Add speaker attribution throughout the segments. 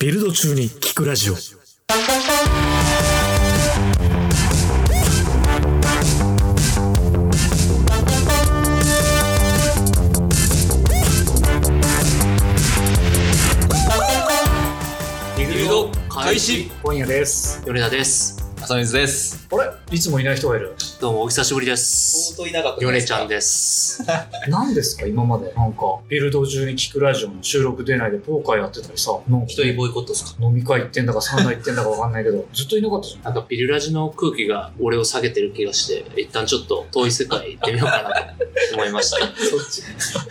Speaker 1: ビルド中に聞くラジオ。
Speaker 2: ビルド開始
Speaker 1: 今夜です。
Speaker 2: 米田です。
Speaker 3: 浅水です。
Speaker 1: あれいつもいない人がいる。
Speaker 2: どうもお久しぶりです。
Speaker 3: 当いなかっ
Speaker 2: 米ちゃんです。
Speaker 1: 何ですか今まで。なんか、ビルド中に聞くラジオの収録出ないでポーカーやってたりさ。なんか
Speaker 3: 一人ボイコットですか
Speaker 1: 飲み会行ってんだかサウナ行ってんだか わかんないけど、ずっといなかったじゃん。
Speaker 2: なんかビルラジの空気が俺を下げてる気がして、一旦ちょっと遠い世界行ってみようかなと思いました。
Speaker 3: そっち。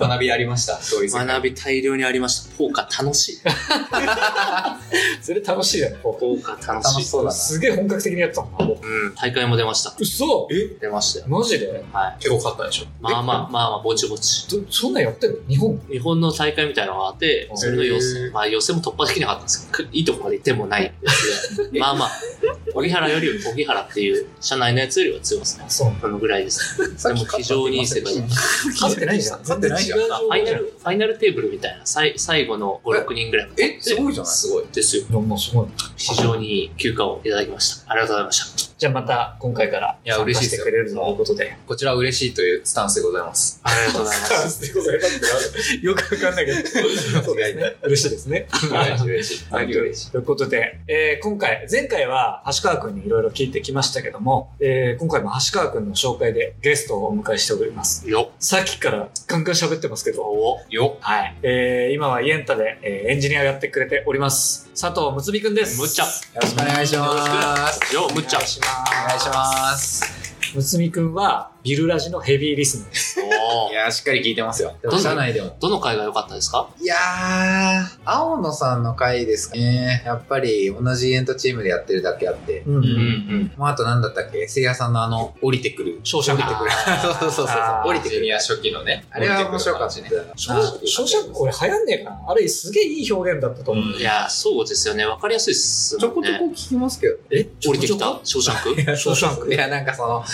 Speaker 3: 学びありました。そういう
Speaker 2: 学び大量にありました。ポーカー楽しい。
Speaker 1: それ楽しいじゃん。
Speaker 2: ポーカー楽しい。
Speaker 3: そうだな。
Speaker 1: すげえ本格的にやってたもんな。
Speaker 2: うん、大会も出ました。
Speaker 1: 嘘
Speaker 3: え
Speaker 2: 出ましたよ。
Speaker 1: マジで
Speaker 2: はい。
Speaker 3: 結構勝ったでしょ
Speaker 2: まあまあ、まあまあ、ぼちぼち。
Speaker 1: どそんなんやってんの日本
Speaker 2: 日本の大会みたいなのがあって、それの予
Speaker 3: へ
Speaker 2: 選。
Speaker 3: ー
Speaker 2: まあ予選も突破できなかったんです けど、いいとこまで行ってもないですねまあまあ、荻原より、荻原っていう社内のやつよりは強いですね。
Speaker 1: そう
Speaker 2: このぐらいです。それも非常にいい世界だった。
Speaker 1: 勝ってないじゃん。
Speaker 3: 勝ってないじゃん
Speaker 1: 全然違う
Speaker 2: ファイナル、ファイナルテーブルみたいな、さい最後の5、6人ぐらい
Speaker 3: え、すごいじゃない
Speaker 2: すごいですよ。
Speaker 1: いやもうすごい。
Speaker 2: 非常にいい休暇をいただきました。ありがとうございました。
Speaker 1: じゃあまた今回から
Speaker 3: いや嬉しい
Speaker 1: 参加して
Speaker 3: ですよ
Speaker 1: くれるということで。
Speaker 3: こちらは嬉しいというスタンスでござい ます。
Speaker 2: ありがとうございます。
Speaker 1: よくわかんないけど。
Speaker 3: そうですね。
Speaker 1: 嬉しいですね。
Speaker 3: 嬉しい、嬉しい。何が嬉しい。
Speaker 1: ということで、えー今回、前回は橋川くんにいろいろ聞いてきましたけども、えー今回も橋川くんの紹介でゲストをお迎えしております。
Speaker 2: よ
Speaker 1: さっきからガンガン喋ってますけど、
Speaker 2: お
Speaker 3: よ
Speaker 1: はい。えー今はイエンタで、えーエンジニアをやってくれております。佐藤むつみくんです。
Speaker 2: むっちゃ。
Speaker 3: よろしくお願いします。
Speaker 2: よむっちゃ
Speaker 1: お願い。します。
Speaker 3: お願いします。
Speaker 1: むつみくんは、ビルラジのヘビーリスナーです。
Speaker 2: お
Speaker 3: い
Speaker 2: ー
Speaker 3: やー、しっかり聞いてますよ。
Speaker 2: どんな
Speaker 3: 社内でも。
Speaker 2: どの回が良かったですか
Speaker 3: いやー、青野さんの回ですね。やっぱり同じエントチームでやってるだけあって。
Speaker 1: うん
Speaker 2: うんうん。
Speaker 3: もうあと何だったっけせいやさんのあの、降りてくる。
Speaker 1: 勝者
Speaker 3: 降りてくる。そうそうそう
Speaker 1: あー
Speaker 3: 降りてくる。ジュニア初期のね。あれは面白かったね。
Speaker 1: 小社これ流行んねえかなあれすげえいい表現だったと思う。
Speaker 2: いやー、そうですよね。わかりやすいっす
Speaker 3: ちょ
Speaker 2: も
Speaker 3: こ
Speaker 2: ん
Speaker 3: ちょ
Speaker 2: ね
Speaker 3: こ。聞きますけど。
Speaker 1: え
Speaker 2: 降りてきたショーシャ ンク
Speaker 1: ショーシャンク
Speaker 3: いや、なんかその、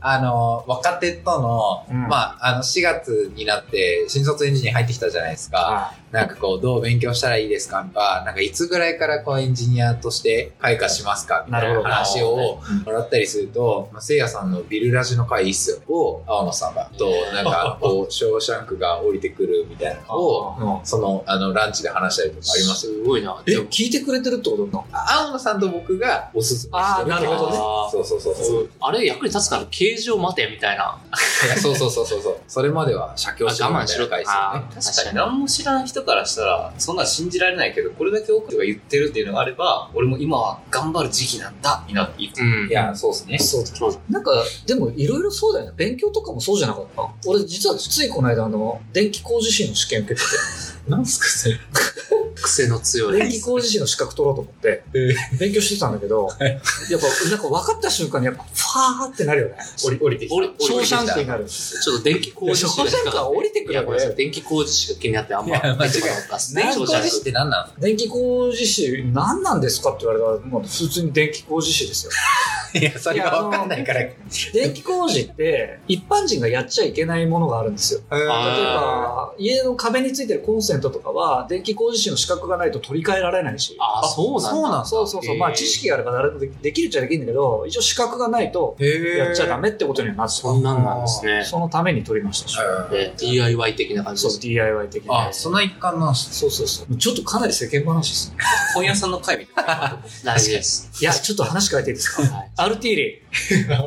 Speaker 3: あの、若手との、
Speaker 1: うん
Speaker 3: まあ、あの、4月になって、新卒エンジニア入ってきたじゃないですか。
Speaker 1: あ
Speaker 3: なんかこう、どう勉強したらいいですかとか、なんかいつぐらいからこう、エンジニアとして開花しますかみたい
Speaker 1: なる
Speaker 3: な
Speaker 1: ほど
Speaker 3: 話をもらったりすると、まあ、せいやさんのビルラジの回いいっすよね。を、青野さんが、と、な んかこう、ショーシャンクが降りてくるみたいなのを、
Speaker 1: うん
Speaker 3: その、あの、ランチで話したりとかありますよ。
Speaker 2: すごいな。
Speaker 1: え
Speaker 2: でも
Speaker 1: 聞いてくれてるってことなの
Speaker 3: 青野さんと僕がおすすめして
Speaker 1: あーなるほどね
Speaker 2: あー
Speaker 3: そうそうそうそう。
Speaker 2: あれ役に立つから、形状待てみたいな。
Speaker 3: いやそうそうそうそうそう。それまでは写経しろ
Speaker 2: あ我慢しろ
Speaker 3: みたいな
Speaker 2: あ
Speaker 3: 回
Speaker 2: ー
Speaker 3: です
Speaker 2: 確
Speaker 3: よね。
Speaker 2: かに
Speaker 4: 何も知らん人からしたら、そんなん信じられないけど、これだけ多くが言ってるっていうのがあれば、俺も今は頑張る時期なんだ、になっていく。
Speaker 2: うん
Speaker 3: い。や、そうですね。
Speaker 1: そう
Speaker 2: そうだ
Speaker 1: なんか、でもいろいろそうだよね。勉強とかもそうじゃなかった。俺実はついこの間、あの、電気工事士の試験受けて
Speaker 3: なんすかそれ。
Speaker 2: 癖の強
Speaker 1: て、電
Speaker 2: い。
Speaker 1: 気工事士の資格取ろうと思って、勉強してたんだけど、やっぱ、なんか分かった瞬間にやっぱ、ファーってなるよね。
Speaker 3: 降り、降りてき
Speaker 2: 俺、
Speaker 1: ショー
Speaker 2: 俺
Speaker 1: シャンクになる。
Speaker 2: ちょっと電気工
Speaker 1: ショー
Speaker 2: 事
Speaker 1: シ
Speaker 2: 士
Speaker 1: ャンクは降りてく
Speaker 2: い
Speaker 1: る
Speaker 2: や、
Speaker 1: よ
Speaker 2: ご
Speaker 1: こ
Speaker 2: めんな
Speaker 1: れ
Speaker 2: さい。電気工事士が気になってあんま
Speaker 3: いや間違い
Speaker 2: 出てこなかったっすね。
Speaker 3: 何
Speaker 2: 正
Speaker 3: 工
Speaker 2: 直
Speaker 3: 事士って何なの
Speaker 1: 電気工事士、何なんですかって言われたら、もう普通に電気工事士ですよ。
Speaker 3: いや、それがわかんないから。例
Speaker 1: 電気工事って、一般人がやっちゃいけないものがあるんですよ。例えば、家の壁についてるコンセントとかは、電気工事士の資格がないと取り替えられないし。
Speaker 2: ああ、そうなん
Speaker 3: そう
Speaker 2: だ。
Speaker 3: なんだ。
Speaker 1: そうそうそう。
Speaker 2: へー
Speaker 1: まあ、知識があれば誰でもできできるっちゃできるんだけど、一応資格がないと、
Speaker 3: へ
Speaker 1: やっちゃダメってことにはなってた
Speaker 2: そんなんなんですね。
Speaker 1: そのために取りましたし。
Speaker 2: で DIY 的な感じ
Speaker 1: そ
Speaker 2: で
Speaker 1: う、
Speaker 2: す。
Speaker 1: DIY 的な
Speaker 3: あ、。その一環なんす
Speaker 1: そうそうそう。ちょっとかなり世間話ですね。
Speaker 4: 本屋さんの会みたい な。
Speaker 2: 大事です。
Speaker 1: いや、ちょっと話変えていいです か
Speaker 2: はい
Speaker 1: アルティーリ。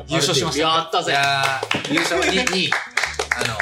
Speaker 3: 優勝しました。
Speaker 2: やった
Speaker 3: い
Speaker 2: ぜ。
Speaker 3: やー優勝に、2位。あの、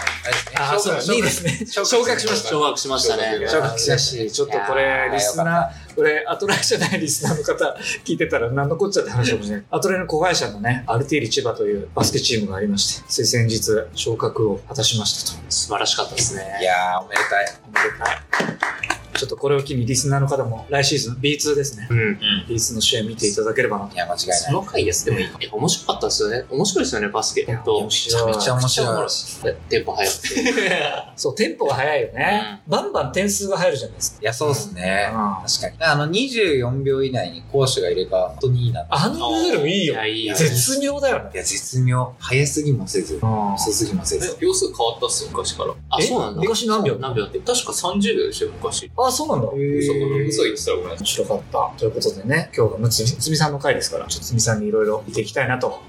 Speaker 3: あれ
Speaker 1: あ、そう
Speaker 3: ですね。
Speaker 1: いいですね。
Speaker 3: 昇
Speaker 1: 昇格
Speaker 3: 格
Speaker 1: しました。
Speaker 2: 昇格しましたね。
Speaker 3: 昇格しました
Speaker 1: ちょっとこれ、リスナー、これ、アトライじゃないリスナーの方、聞いてたら何のこっちゃって話かもしれない。アトライの子会社のね、アルティーリ千葉というバスケチームがありまして、つい先日、昇格を果たしましたと。
Speaker 2: 素晴らしかったですね。
Speaker 3: いやー、おめでたい。
Speaker 1: おめでたい。ちょっとこれを機にリスナーの方も、来シーズン B2 ですね。
Speaker 2: うん。
Speaker 1: B2 の試合見ていただければなと。
Speaker 3: いや、間違い
Speaker 2: そ
Speaker 3: ない。
Speaker 2: の回です。でもいい、え面白かったですよね。面白いですよね、バスケ。本当
Speaker 1: 面
Speaker 3: めちゃ
Speaker 1: 白い
Speaker 3: めちゃ面
Speaker 2: めっちゃおも
Speaker 3: 白
Speaker 2: ろ
Speaker 3: い。
Speaker 2: いテンポ速くて。
Speaker 1: そう、テンポが速いよね。バンバン点数が入るじゃないですか。
Speaker 3: いや、そうですね。
Speaker 1: あ
Speaker 3: 確かに。あの、24秒以内に攻守が入れ替わる本当にいいな。い
Speaker 1: あのルールいいよ
Speaker 2: い。や、いいよ。
Speaker 1: 絶妙だよね。
Speaker 3: や、絶妙。早すぎもせず、
Speaker 1: あ
Speaker 3: 遅すぎもせず。
Speaker 4: 秒数変わったっすよ、昔から。
Speaker 2: あ、そうなんだ。
Speaker 1: 昔何秒
Speaker 2: 何秒って。
Speaker 4: 確か30秒でしたよ、昔。
Speaker 1: あ、あ、そうなんだ。
Speaker 4: 嘘かな
Speaker 1: 面
Speaker 4: 嘘言ってたらごめんなさい。
Speaker 1: 白かった。ということでね、今日がむつみ、つみさんの回ですから、ちょっとつみさんにいろいろ見ていきたいなと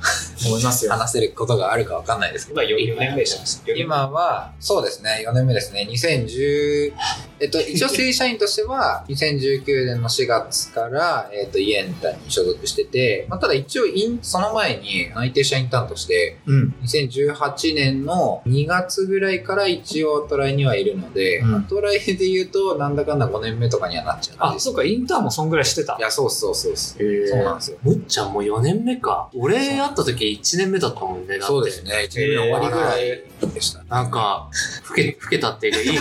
Speaker 1: 思いますよ。
Speaker 3: 話せることがあるかわかんないですけど。
Speaker 4: 今 4, 年目でした。
Speaker 3: 今は、そうですね、4年目ですね、2010、えっと、一応正社員としては、2019年の4月から、えっと、イエンタに所属してて、まあ、ただ一応イン、その前に内定社員担当して、
Speaker 1: うん。
Speaker 3: 2018年の2月ぐらいから一応トライにはいるので、
Speaker 1: うん
Speaker 3: トライで言うと、なんだかんだ5年目とかにはなっちゃうん
Speaker 1: あ、
Speaker 3: です
Speaker 1: そうか、インターンもそんぐらいしてた
Speaker 3: い。や、そうそうそうそう。
Speaker 1: へー
Speaker 3: そうなんですよ。
Speaker 2: むっちゃんもう4年目か。俺会った時1年目だったもんね、だって。
Speaker 3: そうですね、1年目の終わりぐらいでした。
Speaker 2: なんか、老け、老けたっていうか、いいね。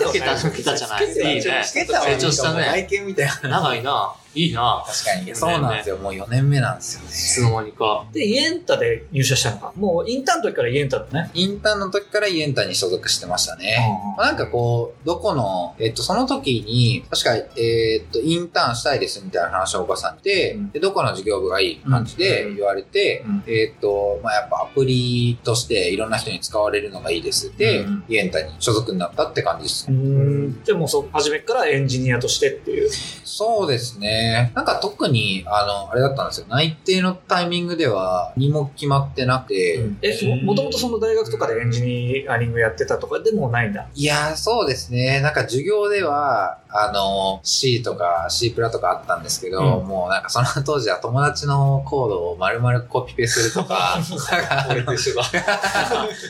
Speaker 1: 老
Speaker 2: 老けた、老けたじゃない。いいね。成長したね。
Speaker 3: 外見みたいな。
Speaker 2: 長いな。いいな。
Speaker 3: 確かに。そうなんですよ。もう4年目なんですよね。
Speaker 2: いつの間にか。
Speaker 1: で、イエンタで入社したのか。もうインターンの時からイエンタだね。
Speaker 3: インターンの時からイエンタに所属してましたね。まあなんかこう、どこの、えっと、その時に、確か、えっと、インターンしたいですみたいな話をお母さんにで、
Speaker 1: うん
Speaker 3: で、どこの事業部がいい感じで言われて、
Speaker 1: うん
Speaker 3: えっと、まあやっぱアプリとしていろんな人に使われるのがいいですで、
Speaker 1: うん
Speaker 3: イエンタに所属になったって感じです
Speaker 1: う。ん。でもそう、初めからエンジニアとしてっていう。
Speaker 3: そうですね。なんか特に、あの、あれだったんですよ。内定のタイミングでは、にも決まってなくて、
Speaker 1: え、ももともとその大学とかでエンジニアリングやってたとかでもないんだ。
Speaker 3: いやー、そうですね。なんか授業では、あの、C とか C プラとかあったんですけど、
Speaker 1: う
Speaker 3: もうなんかその当時は友達のコードを丸々コピペすると か、なんか、
Speaker 4: 俺と一緒だ。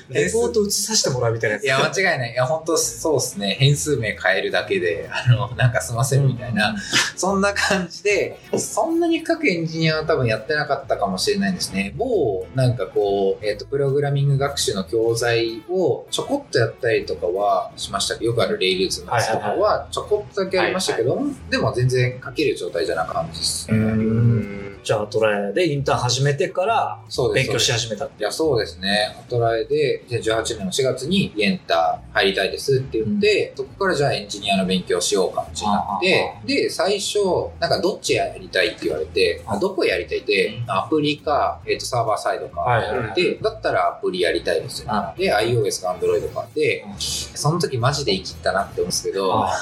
Speaker 1: レポート移させてもらうみたいなやつ。
Speaker 3: いや、間違いない。いや、本当そうですね。変数名変えるだけで、あの、なんか済ませるみたいな、そんな感じで、そんなに深くエンジニアは多分やってなかったかもしれないですね。某、なんかこう、えっ、と、プログラミング学習の教材をちょこっとやったりとかはしましたけど、よくあるレイルズのやつとか
Speaker 1: はい
Speaker 3: はちょこっとだけやりましたけど、でも全然書ける状態じゃなかったです。
Speaker 1: うん。じゃあ、トライでインターン始めてから
Speaker 3: そうです。
Speaker 1: 勉強し始めた。
Speaker 3: いや、そうですね。トライで、2018年の4月にイエンター入りたいですって言って、そこからじゃあエンジニアの勉強しようかってなって、で、最初、なんかどっちやりたいって言われて、あどこやりたいって、アプリか、えっ、と、サーバーサイドか、
Speaker 1: はいはいはい
Speaker 3: で、だったらアプリやりたいですよ、
Speaker 1: あ
Speaker 3: で、iOS か Android かで、
Speaker 1: うん
Speaker 3: その時マジで生きったなって思うんですけど、
Speaker 1: あ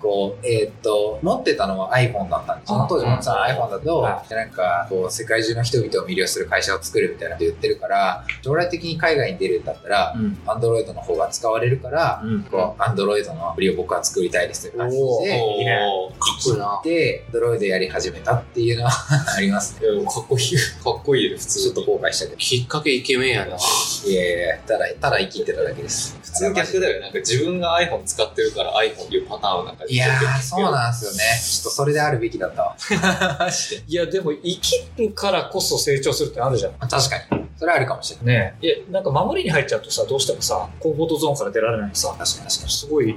Speaker 3: こう、えーっと、持ってたのは iPhone だったんです。その当時持ってたのは iPhone だ
Speaker 1: は
Speaker 3: と、でなんか、こう、世界中の人々を魅了する会社を作るみたいなこと言ってるから、将来的に海外に出るんだったら、
Speaker 1: うん。
Speaker 3: Android の方が使われるから、
Speaker 1: うん。
Speaker 3: こう、Android のアプリを僕は作りたいですという感じで、
Speaker 1: いいね
Speaker 2: かっこいいな。
Speaker 3: で、Android やり始めたっていうのは ありますね。
Speaker 4: いやでもかっこいい。かっこいいよ、普
Speaker 3: ち
Speaker 4: 通
Speaker 3: ょっと後悔したけど。
Speaker 2: きっかけイケメンやな。
Speaker 3: いやいやいや、ただ、ただ生きてただけです。普
Speaker 4: 普通逆だよね。なんか自分が iPhone 使ってるから iPhone っていうパターンをなんか
Speaker 3: いやー、そうなんですよね。ちょっとそれであるべきだったわ。マジで。
Speaker 1: いや、でも、生きるからこそ成長するってあるじゃん。
Speaker 3: まあ確かに。それはあるかもしれない。
Speaker 1: ねえ。いや、なんか守りに入っちゃうとさ、どうしてもさ、コンフォートゾーンから出られないさ、
Speaker 3: 確かに確かに。
Speaker 1: すごい、い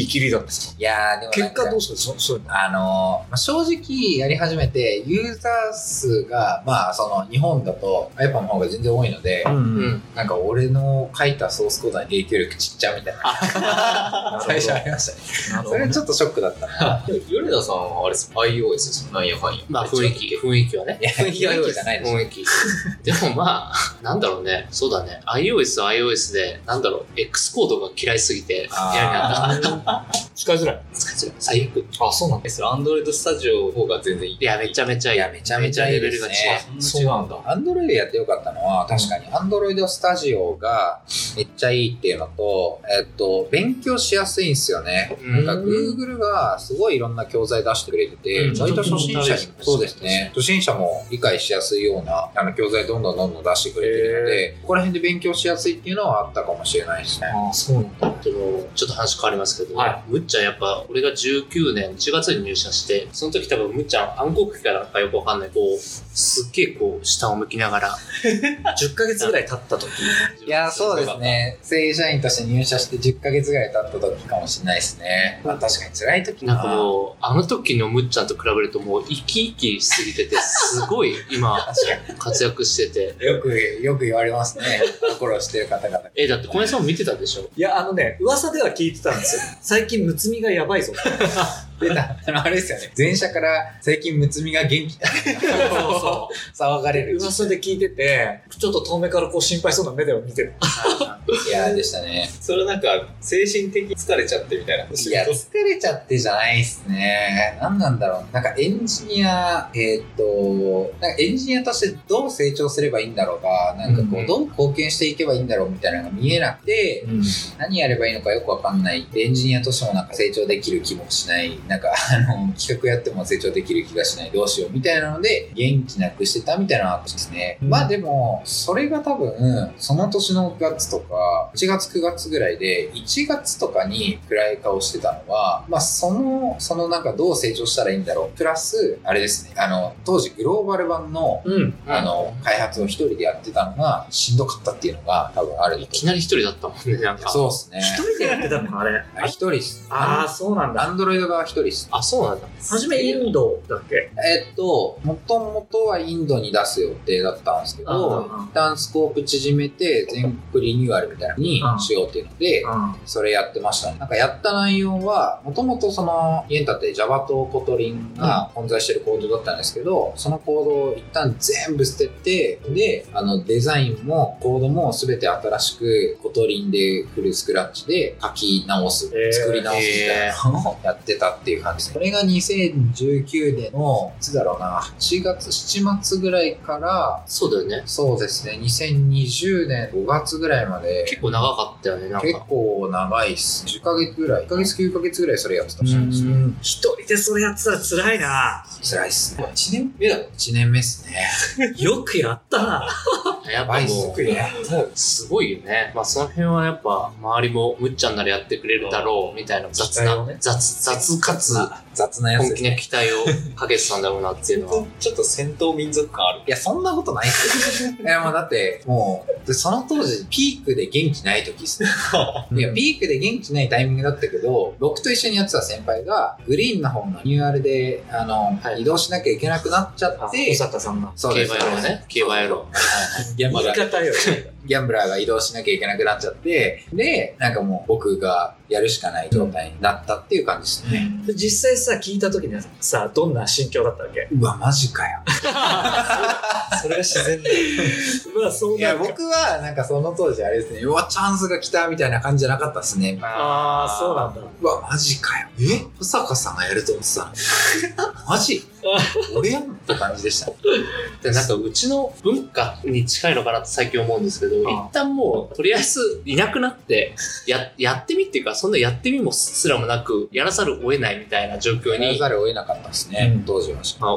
Speaker 1: い生きりだったさ。
Speaker 3: いやー、でもな
Speaker 1: 結
Speaker 3: んか
Speaker 1: 果どうするそそういうの。。
Speaker 3: あのーまあ正直やり始めて、ユーザー数が、まあ、その、日本だと iPhone の方が全然多いので、
Speaker 2: うんん。
Speaker 3: なんか俺の書いたソースコードに影響力ちっちゃみたいな、最初ありました
Speaker 1: なる
Speaker 3: ね。
Speaker 1: ほ
Speaker 3: そ
Speaker 1: ど
Speaker 3: れ
Speaker 1: ね
Speaker 3: ちょっとショックだったな。
Speaker 4: 米田さんはあれです iOS ですなんやかんや。
Speaker 2: まあ雰囲気、雰囲気はね。
Speaker 3: 雰囲気は iOS じゃないでしょ
Speaker 2: 雰囲気。でもまあ、なんだろうね。そうだね。iOS は iOS で、なんだろう、X コードが嫌いすぎて、嫌いになった。
Speaker 1: 使いづらい。
Speaker 2: 使いづらい最悪。
Speaker 1: あ、そうなんだ。
Speaker 4: え、それ Android スタジオの方が全然いい。
Speaker 2: いや、めちゃめちゃいい。
Speaker 3: いやめちゃめちゃいいです
Speaker 2: めちゃ
Speaker 3: ね
Speaker 2: レベルが違う。
Speaker 1: そうなんだ。
Speaker 3: アンドロイドやってよかったのは、確かに、アンドロイドスタジオがめっちゃいいっていうのと、えっと、勉強しやすいんですよね。
Speaker 2: うん
Speaker 3: なんか、Google がすごいいろんな教材出してくれてて、
Speaker 2: うん
Speaker 3: 割と初心者に
Speaker 2: うん、
Speaker 3: そうですね、初心者も理解しやすいような、あの、教材どんどんどんどん出してくれてるので、ここら辺で勉強しやすいっていうのはあったかもしれないですね。
Speaker 1: あそうなんだ。
Speaker 2: でも、ちょっと話変わりますけど、
Speaker 1: は
Speaker 2: むっちゃんやっぱ、俺が19年1月に入社して、その時多分むっちゃん暗黒期からかよくわかんない、こう、すっげえこう、下を向きながら。
Speaker 1: 10ヶ月ぐらい経った時。
Speaker 3: いやー、そうですね。正社員として入社して10ヶ月ぐらい経った時かもしれないですね。まあ、確かに辛い時
Speaker 2: なんかもう、あの時のむっちゃんと比べるともう、生き生きしすぎてて、すごい今、活躍してて。
Speaker 3: よく、よく言われますね。心をしてる方々から
Speaker 2: え、だって小林さんも見てたでしょ
Speaker 1: いや、あのね、噂では聞いてたんですよ。最近、むつみがやばいぞ。
Speaker 3: 出た。 あの、あれですよね。前者から最近むつみが元気だ。
Speaker 1: そうそ
Speaker 3: 騒がれる。
Speaker 1: 噂で聞いてて、ちょっと遠目からこう心配そうな目では見てる。
Speaker 3: いやーでしたね。
Speaker 4: それはなんか、精神的に疲れちゃってみたいな。
Speaker 3: いや、疲れちゃってじゃないっすね。何なんだろう。なんかエンジニア、えーっと、なんかエンジニアとしてどう成長すればいいんだろうが、なんかこ
Speaker 1: うんう
Speaker 3: う、
Speaker 1: ん
Speaker 3: どう貢献していけばいいんだろうみたいなのが見えなくて、
Speaker 1: うん。
Speaker 3: 何やればいいのかよくわかんない。でエンジニアとしてもなんか成長できる気もしない。なんか、あの、企画やっても成長できる気がしない。どうしようみたいなので、元気なくしてたみたいなのがあったんですね。
Speaker 1: うん
Speaker 3: まあでも、それが多分、その年の月とか、1月9月ぐらいで、1月とかに暗い顔してたのは、まあその、そのなんかどう成長したらいいんだろう。プラス、あれですね、あの、当時グローバル版の、
Speaker 1: うん。
Speaker 3: あの、開発を一人でやってたのが、しんどかったっていうのが多分あるんだ
Speaker 2: い
Speaker 3: と
Speaker 2: きなり一人だったもんね、なんか。
Speaker 3: そうですね。
Speaker 1: 一人でやってたのか、あれ。
Speaker 3: あ一人っす。
Speaker 1: ああ、そうなんだ。
Speaker 3: アンドロイド側一人っす。
Speaker 2: あ、そうなんだ。
Speaker 1: 初めインドだっけ
Speaker 3: えっと、もともとはインドに出す予定だったんですけど、
Speaker 1: うん
Speaker 3: 一旦スコープ縮めて、全国リニューアルみたいなのにしようっていうので、
Speaker 1: うん。
Speaker 3: それやってましたね。なんかやった内容は、もともとその、イエンタって Java とコトリンが混在してるコードだったんですけど、そのコードを一旦全部捨てて、で、あの、デザインもコードも全て新しくコトリンでフルスクラッチで書き直す、
Speaker 1: えー
Speaker 3: 作り直すみたいなのをやってたっていう感じですね。これが2019年の、いつだろうな、8月、7月ぐらいから、
Speaker 2: そうだよね。
Speaker 3: そうですね、2020年5月ぐらいまで、
Speaker 2: 結構長かったよね、なん
Speaker 3: 結
Speaker 2: か。
Speaker 3: 構長いっす。10ヶ月ぐらい。1ヶ月9ヶ月ぐらいそれやってた
Speaker 1: う
Speaker 3: らしいんですよ。
Speaker 1: ん。一人でそれやってたら辛いな。
Speaker 3: 辛いっすね。
Speaker 4: 1年目だもん。
Speaker 3: 1年目っすね。
Speaker 1: よくやったな。
Speaker 2: やっ
Speaker 3: バ
Speaker 2: ぱ
Speaker 3: イ
Speaker 2: も
Speaker 3: ス
Speaker 2: う、すごいよね。まあその辺はやっぱ、周りもむっちゃんならやってくれるだろう、みたいな雑
Speaker 1: 期待を
Speaker 2: な
Speaker 1: ね、
Speaker 2: 雑、雑かつ、
Speaker 3: 雑なやつ
Speaker 2: 本
Speaker 3: です
Speaker 2: 気の
Speaker 3: ね。
Speaker 2: 期待をかけてたんだろうなっていうの は。
Speaker 4: ちょっと戦闘民族感ある。
Speaker 3: いや、そんなことないっ すよ。いや、もうだって、もう、でその当時、ピークで元気ない時っすね。いや、ピークで元気ないタイミングだったけど、僕と一緒にやってた先輩が、グリーンの方のニューアルで、あの、
Speaker 2: はい
Speaker 3: 移動しなきゃいけなくなっちゃ
Speaker 1: あ
Speaker 3: って
Speaker 1: 小、坂さんだ。
Speaker 3: そう
Speaker 2: 競
Speaker 3: です
Speaker 2: 馬やろう ね。競馬やろ
Speaker 3: ギャンブ
Speaker 1: 言
Speaker 3: ラ
Speaker 1: い
Speaker 3: ー
Speaker 1: 方よ。
Speaker 3: ギャンブラーが移動しなきゃいけなくなっちゃって、で、なんかもう僕がやるしかない状態になったっていう感じですね。
Speaker 1: で実際さ、聞いた時にはさ、どんな心境だったわけ
Speaker 3: うわ、マジかよ。
Speaker 4: それが自然だよ。
Speaker 1: まあ、そう
Speaker 3: いや、
Speaker 1: なるか。
Speaker 3: 僕は、なんかその当時あれですね、うわ、チャンスが来たみたいな感じじゃなかったですね。
Speaker 1: ああ、そうなんだ。
Speaker 3: うわ、マジかよ。え保坂さんがやると思ってたのマジ俺やんって感じでした。
Speaker 2: う。で、なんかうちの文化に近いのかなって最近思うんですけど、
Speaker 1: あ
Speaker 2: 一旦もう、とりあえずいなくなって、や、やってみっていうか、そんなやってみもすらもなく、やらざるを得ないみたいな状況
Speaker 3: やら
Speaker 2: に、
Speaker 3: ざるを得なかったですね、
Speaker 1: うん
Speaker 3: 当時は。
Speaker 2: まあ、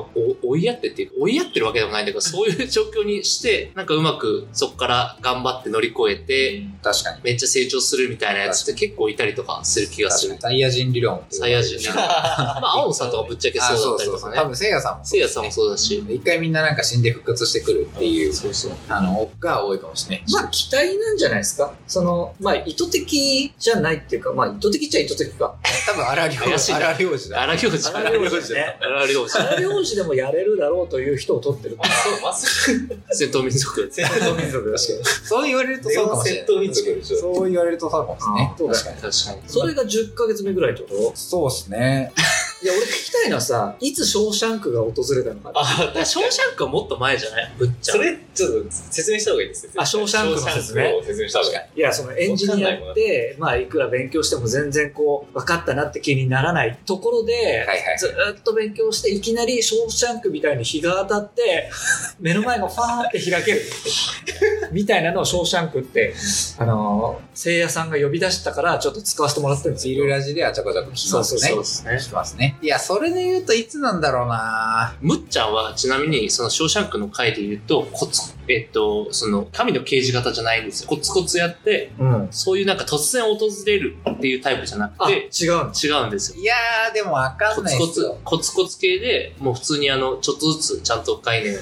Speaker 2: お追いやってっていうか、追いやってるわけでもないんだけど、そういう状況にして、なんかうまくそこから頑張って乗り越えて、
Speaker 3: 確かに。
Speaker 2: めっちゃ成長するみたいなやつって結構いたりとかする気がす
Speaker 3: 確か
Speaker 2: る
Speaker 3: に。。サイヤ人理論っていう
Speaker 2: サイヤ人な。 まあ、青野さんとかぶっちゃけ
Speaker 3: あ
Speaker 2: そ
Speaker 3: そう
Speaker 2: だっ
Speaker 3: う
Speaker 2: たり
Speaker 3: そう
Speaker 2: と
Speaker 3: そ
Speaker 2: か
Speaker 3: う。
Speaker 2: ね
Speaker 3: 多。分、せいやさんも。
Speaker 2: せいやさんもそうだし。
Speaker 3: 一回みんななんか死んで復活してくるっていう、
Speaker 2: そうそう。
Speaker 3: あの、億が多いかもしれない。
Speaker 1: まあ、期待なんじゃないですかその、まあ、意図的じゃないっていうか、まあ、意図的っちゃ意図的か。
Speaker 3: 多分、荒漁
Speaker 2: 怪しい
Speaker 3: 師。
Speaker 2: な
Speaker 3: 荒漁師だ。
Speaker 2: 荒行事。
Speaker 1: 荒漁師ね
Speaker 2: 荒漁師。
Speaker 1: 荒漁師でもやれるだろうという人を取ってる。
Speaker 4: そう、まさに。
Speaker 2: 戦闘民族。
Speaker 4: 戦
Speaker 1: 戦闘民族だし。
Speaker 3: そう言われるとそうかもしれない。
Speaker 4: 戦闘民族でしょ
Speaker 3: そう言われるとそうかもしれない
Speaker 1: あ。そうだ
Speaker 3: 確かに。
Speaker 2: 確かに。
Speaker 1: それが10ヶ月目ぐらいってこと
Speaker 3: そうですね。
Speaker 1: いや、俺聞きたいのはさ、いつショーシャンクが訪れたのか。
Speaker 4: あ、
Speaker 2: だショーシャンクはもっと前じゃないぶっちゃ
Speaker 4: それ、ちょっと説明した方がいいですよ。
Speaker 1: あショーシャンクの説明
Speaker 4: を説明した方がいい。
Speaker 1: いや、そのエンジニアって、まあ、いくら勉強しても全然こう、分かったなって気にならないところで、
Speaker 3: はいはい
Speaker 1: ずーっと勉強して、いきなりショーシャンクみたいに日が当たって、目の前がファーって開 ける。みたいなのをショーシャンクって、あのー、聖夜さんが呼び出したから、ちょっと使わせてもらってるんです
Speaker 3: ビル
Speaker 1: よ。
Speaker 3: ラジではちゃこちゃこ聞き
Speaker 1: そう
Speaker 3: ま
Speaker 1: そ
Speaker 3: す
Speaker 1: う
Speaker 3: ね
Speaker 1: そう。。
Speaker 2: ね。
Speaker 3: しますね。いや、それで言うといつなんだろうな
Speaker 2: むっちゃんは、ちなみに、その、ショーシャンクの回で言うと、コツ、えっと、その、神の刑事型じゃないんですよ。コツコツやって、
Speaker 1: うん。
Speaker 2: そういうなんか突然訪れるっていうタイプじゃなく
Speaker 1: あ、
Speaker 2: て、
Speaker 1: 違うんです。
Speaker 2: 違うんですよ。
Speaker 3: いやー、でもわか
Speaker 2: コ
Speaker 3: んな
Speaker 2: ツ
Speaker 3: い
Speaker 2: コ
Speaker 3: です
Speaker 2: ツ
Speaker 3: よ。、
Speaker 2: コツコツ系で、もう普通にあの、ちょっとずつちゃんと概念、え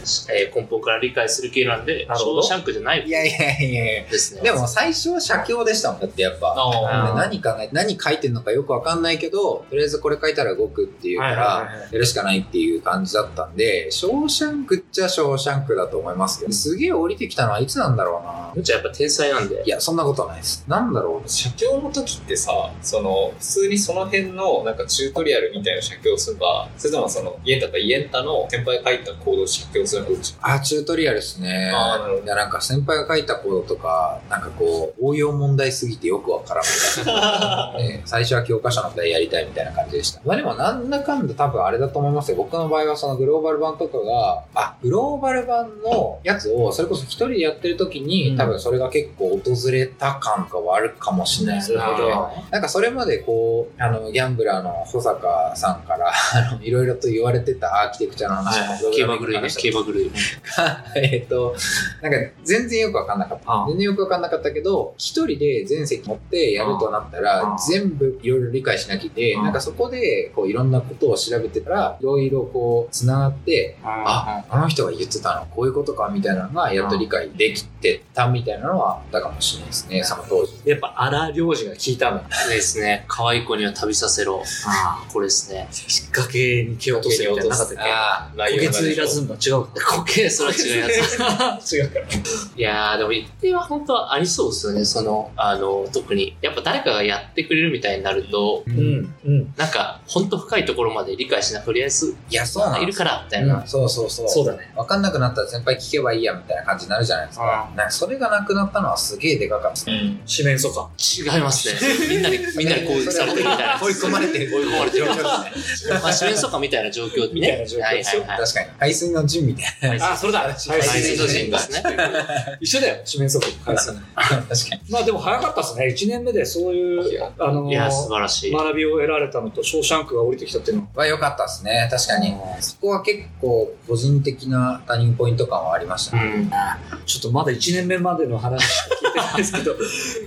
Speaker 2: ー根本から理解する系なんで、シ
Speaker 1: なるほ
Speaker 2: ョー
Speaker 1: ど
Speaker 2: シャンクじゃない
Speaker 3: いやいやいやい
Speaker 2: ですね。
Speaker 3: や。で、も最初は写経でしたもん。だってやっぱ。
Speaker 2: あ
Speaker 1: ー
Speaker 3: 何考え、何書いてんのかよくわかんないけど、とりあえずこれ書いたら動くっていうか
Speaker 1: はいはいはい
Speaker 3: ら
Speaker 1: は、
Speaker 3: やるしかないっていう感じだったんで、ショーシャンクっちゃショーシャンクだと思いますけど、すすげえ降りてきたのはいつなんだろうな
Speaker 2: むちゃんやっぱ天才なんで
Speaker 3: い。やそんなことはないですなんだろう
Speaker 4: 写経の時ってさその普通にその辺のなんかチュートリアルみたいな写経をすればそれともそのイエンタかイエンタの先輩が書いた行動を写経するのがどっち
Speaker 3: あ、チュートリアルですね。
Speaker 4: あーなるほど
Speaker 3: いや、なんか先輩が書いたこととか、なんかこう、応用問題すぎてよくわからん みたいな、ね最初は教科書の題やりたいみたいな感じでした。まあでもなんだかんだ多分あれだと思いますよ。僕の場合はそのグローバル版とかが、あ、グローバル版のやつをそれこそ一人でやってる時に、
Speaker 1: うん
Speaker 3: 多分それが結構訪れた感があるかもしれないですね。
Speaker 2: なるほど。
Speaker 3: なんかそれまでこう、あの、ギャンブラーの保坂さんから、あの、いろいろと言われてたアーキテクチャの話も、
Speaker 2: 競馬狂いね、競馬狂い。
Speaker 3: えっと、なんか全然よくわかんなかった
Speaker 1: あ。あ
Speaker 3: 全然よくわかんなかったけど、一人で全席持ってやるとなった
Speaker 1: あ
Speaker 3: ら
Speaker 1: あ、
Speaker 3: 全部いろいろ理解しなきゃいけ
Speaker 1: あ
Speaker 3: ない
Speaker 1: あ
Speaker 3: なんかそこで、こういろんなことを調べてたら、いろいろこう、つながって、あ、あの人が言ってたの、こういうことか、みたいなのが、やっと理解できてたみたいなのはあったかもしれないですね、その当時。
Speaker 1: やっぱ荒良治が効いたの。
Speaker 2: ですね。可愛い子には旅させろ。
Speaker 1: ああ。
Speaker 2: これですね。
Speaker 1: 引っ掛けに蹴落とせみたいなのなかったっけ
Speaker 3: あ
Speaker 4: 内容
Speaker 1: 補
Speaker 4: が
Speaker 1: 欠いらずんの違うか。
Speaker 2: こけそれは違うや つ。
Speaker 1: 違うから。
Speaker 2: いやー、でも一定は本当はありそうですよね。その、あの、特に。やっぱ誰かがやってくれるみたいになると、
Speaker 3: う。
Speaker 1: うんん。うん。
Speaker 2: なんか、本当深いところまで理解しな、とりあえず、
Speaker 3: いや、そうなん
Speaker 2: い
Speaker 3: で
Speaker 2: る
Speaker 3: す
Speaker 2: から、みたい
Speaker 3: よ
Speaker 2: な。
Speaker 3: うんそうそうそう。
Speaker 1: そうだね。
Speaker 3: わかんなくなったら先輩聞けばいいやみたいな感じになるじゃないですか。なんかそれがなくなったのはすげえでかかった。
Speaker 4: うん
Speaker 1: 四面楚歌。
Speaker 2: 違いますね。みんなに、みんなに攻撃されてるみたいな。
Speaker 3: 追い込まれてる。
Speaker 2: 追い込まれてる
Speaker 3: 状況ですね。
Speaker 2: まあ、主演とかみたいな状況で
Speaker 1: みたい
Speaker 2: ね
Speaker 1: な状。況
Speaker 2: はい
Speaker 1: で
Speaker 2: は
Speaker 1: す
Speaker 2: い
Speaker 1: よ
Speaker 2: はい。
Speaker 3: 確かに。排水の準 備で。
Speaker 1: あ、それだ。はい、
Speaker 2: 排水の陣ですね。
Speaker 1: 一緒だよ、四面楚歌。はい
Speaker 3: 確かに。
Speaker 1: まあでも早かったですね。1年目でそういう、あの
Speaker 2: いや、素晴らしい。
Speaker 1: 学びを得られたのと、ショーシャンクが降りてきたっていうのは。
Speaker 3: は良かったですね。確かに。そこは結構個人的なターニングポイント感はありました
Speaker 2: う
Speaker 3: ね。
Speaker 2: ん。
Speaker 1: ちょっとまだ1年目までの話しか聞いてないですけ ど、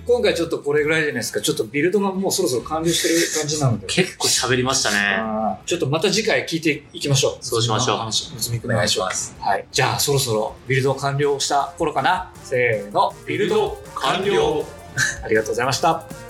Speaker 1: 今回ちょっとこれぐらいじゃないですか。ちょっとビルドがもうそろそろ完了してる感じなので。
Speaker 2: 結構喋りましたね。
Speaker 1: あーちょっとまた次回聞いていきましょう。
Speaker 2: そうしましょう
Speaker 1: むつみくん
Speaker 3: お
Speaker 1: の
Speaker 3: 願い
Speaker 1: 話
Speaker 3: します。
Speaker 1: はい。じゃあそろそろビルド完了した頃かな。せーの。
Speaker 2: ビルド完了
Speaker 1: ありがとうございました。